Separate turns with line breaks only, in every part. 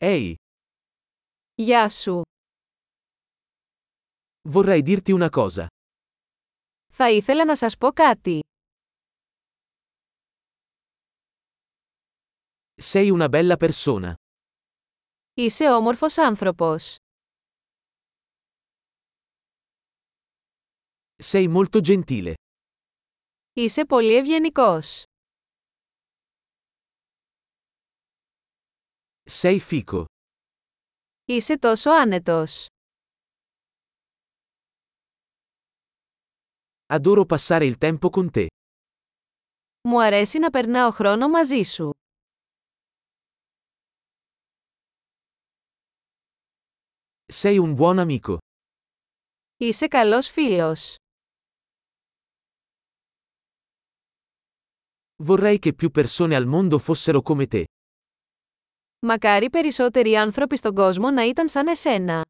Ehi,
Γεια σου.
vorrei dirti una cosa.
Θα ήθελα να σας πω κάτι.
Sei una bella persona.
Είσαι όμορφος άνθρωπος.
Sei molto gentile.
Είσαι πολύ ευγενικός.
Sei fico.
Είσαι τόσο άνετος.
Adoro passare il tempo con te.
Μου αρέσει να περνάω χρόνο μαζί σου.
Sei un buon amico.
Είσαι καλός φίλος.
Vorrei che più persone al mondo fossero come te.
Μακάρι περισσότεροι άνθρωποι στον κόσμο να ήταν σαν εσένα.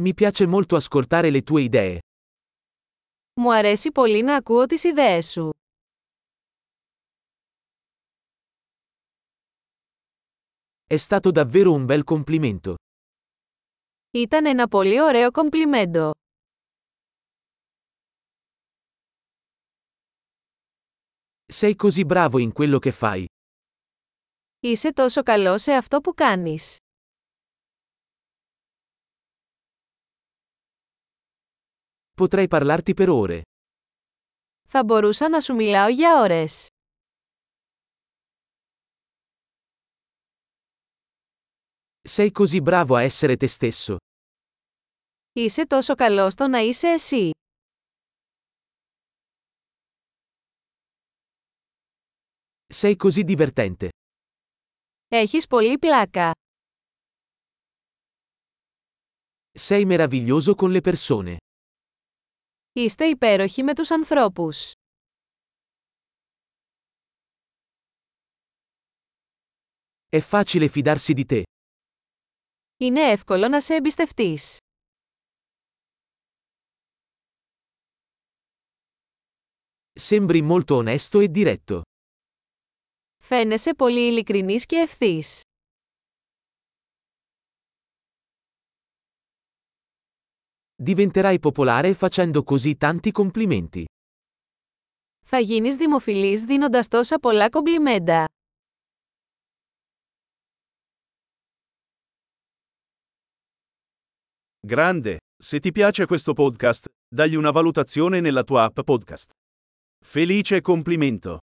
Mi piace molto ascoltare le tue idee.
Μου αρέσει πολύ να ακούω τις ιδέες σου.
È stato davvero un bel complimento.
Ήταν ένα πολύ ωραίο κομπλιμέντο.
Sei così bravo in quello che fai.
Είσαι τόσο καλό σε αυτό που κάνεις.
Potrei parlarti per ore.
Θα μπορούσα να σου μιλάω για ώρες.
Sei così bravo a essere te stesso.
Είσαι τόσο καλό στο να είσαι εσύ.
Sei così divertente.
Έχεις πολύ πλάκα.
Sei meraviglioso con le persone.
Είστε υπέροχοι με τους ανθρώπους.
È facile fidarsi di te.
Είναι εύκολο να σε εμπιστευτείς.
Sembri molto onesto e diretto.
Φαίνεσαι πολύ ειλικρινής και ευθύς.
Diventerai popolare facendo così tanti complimenti.
Θα γίνεις δημοφιλής δίνοντας τόσα πολλά κομπλιμέντα.
Grande, se ti piace questo podcast, dagli una valutazione nella tua app podcast. Felice complimento!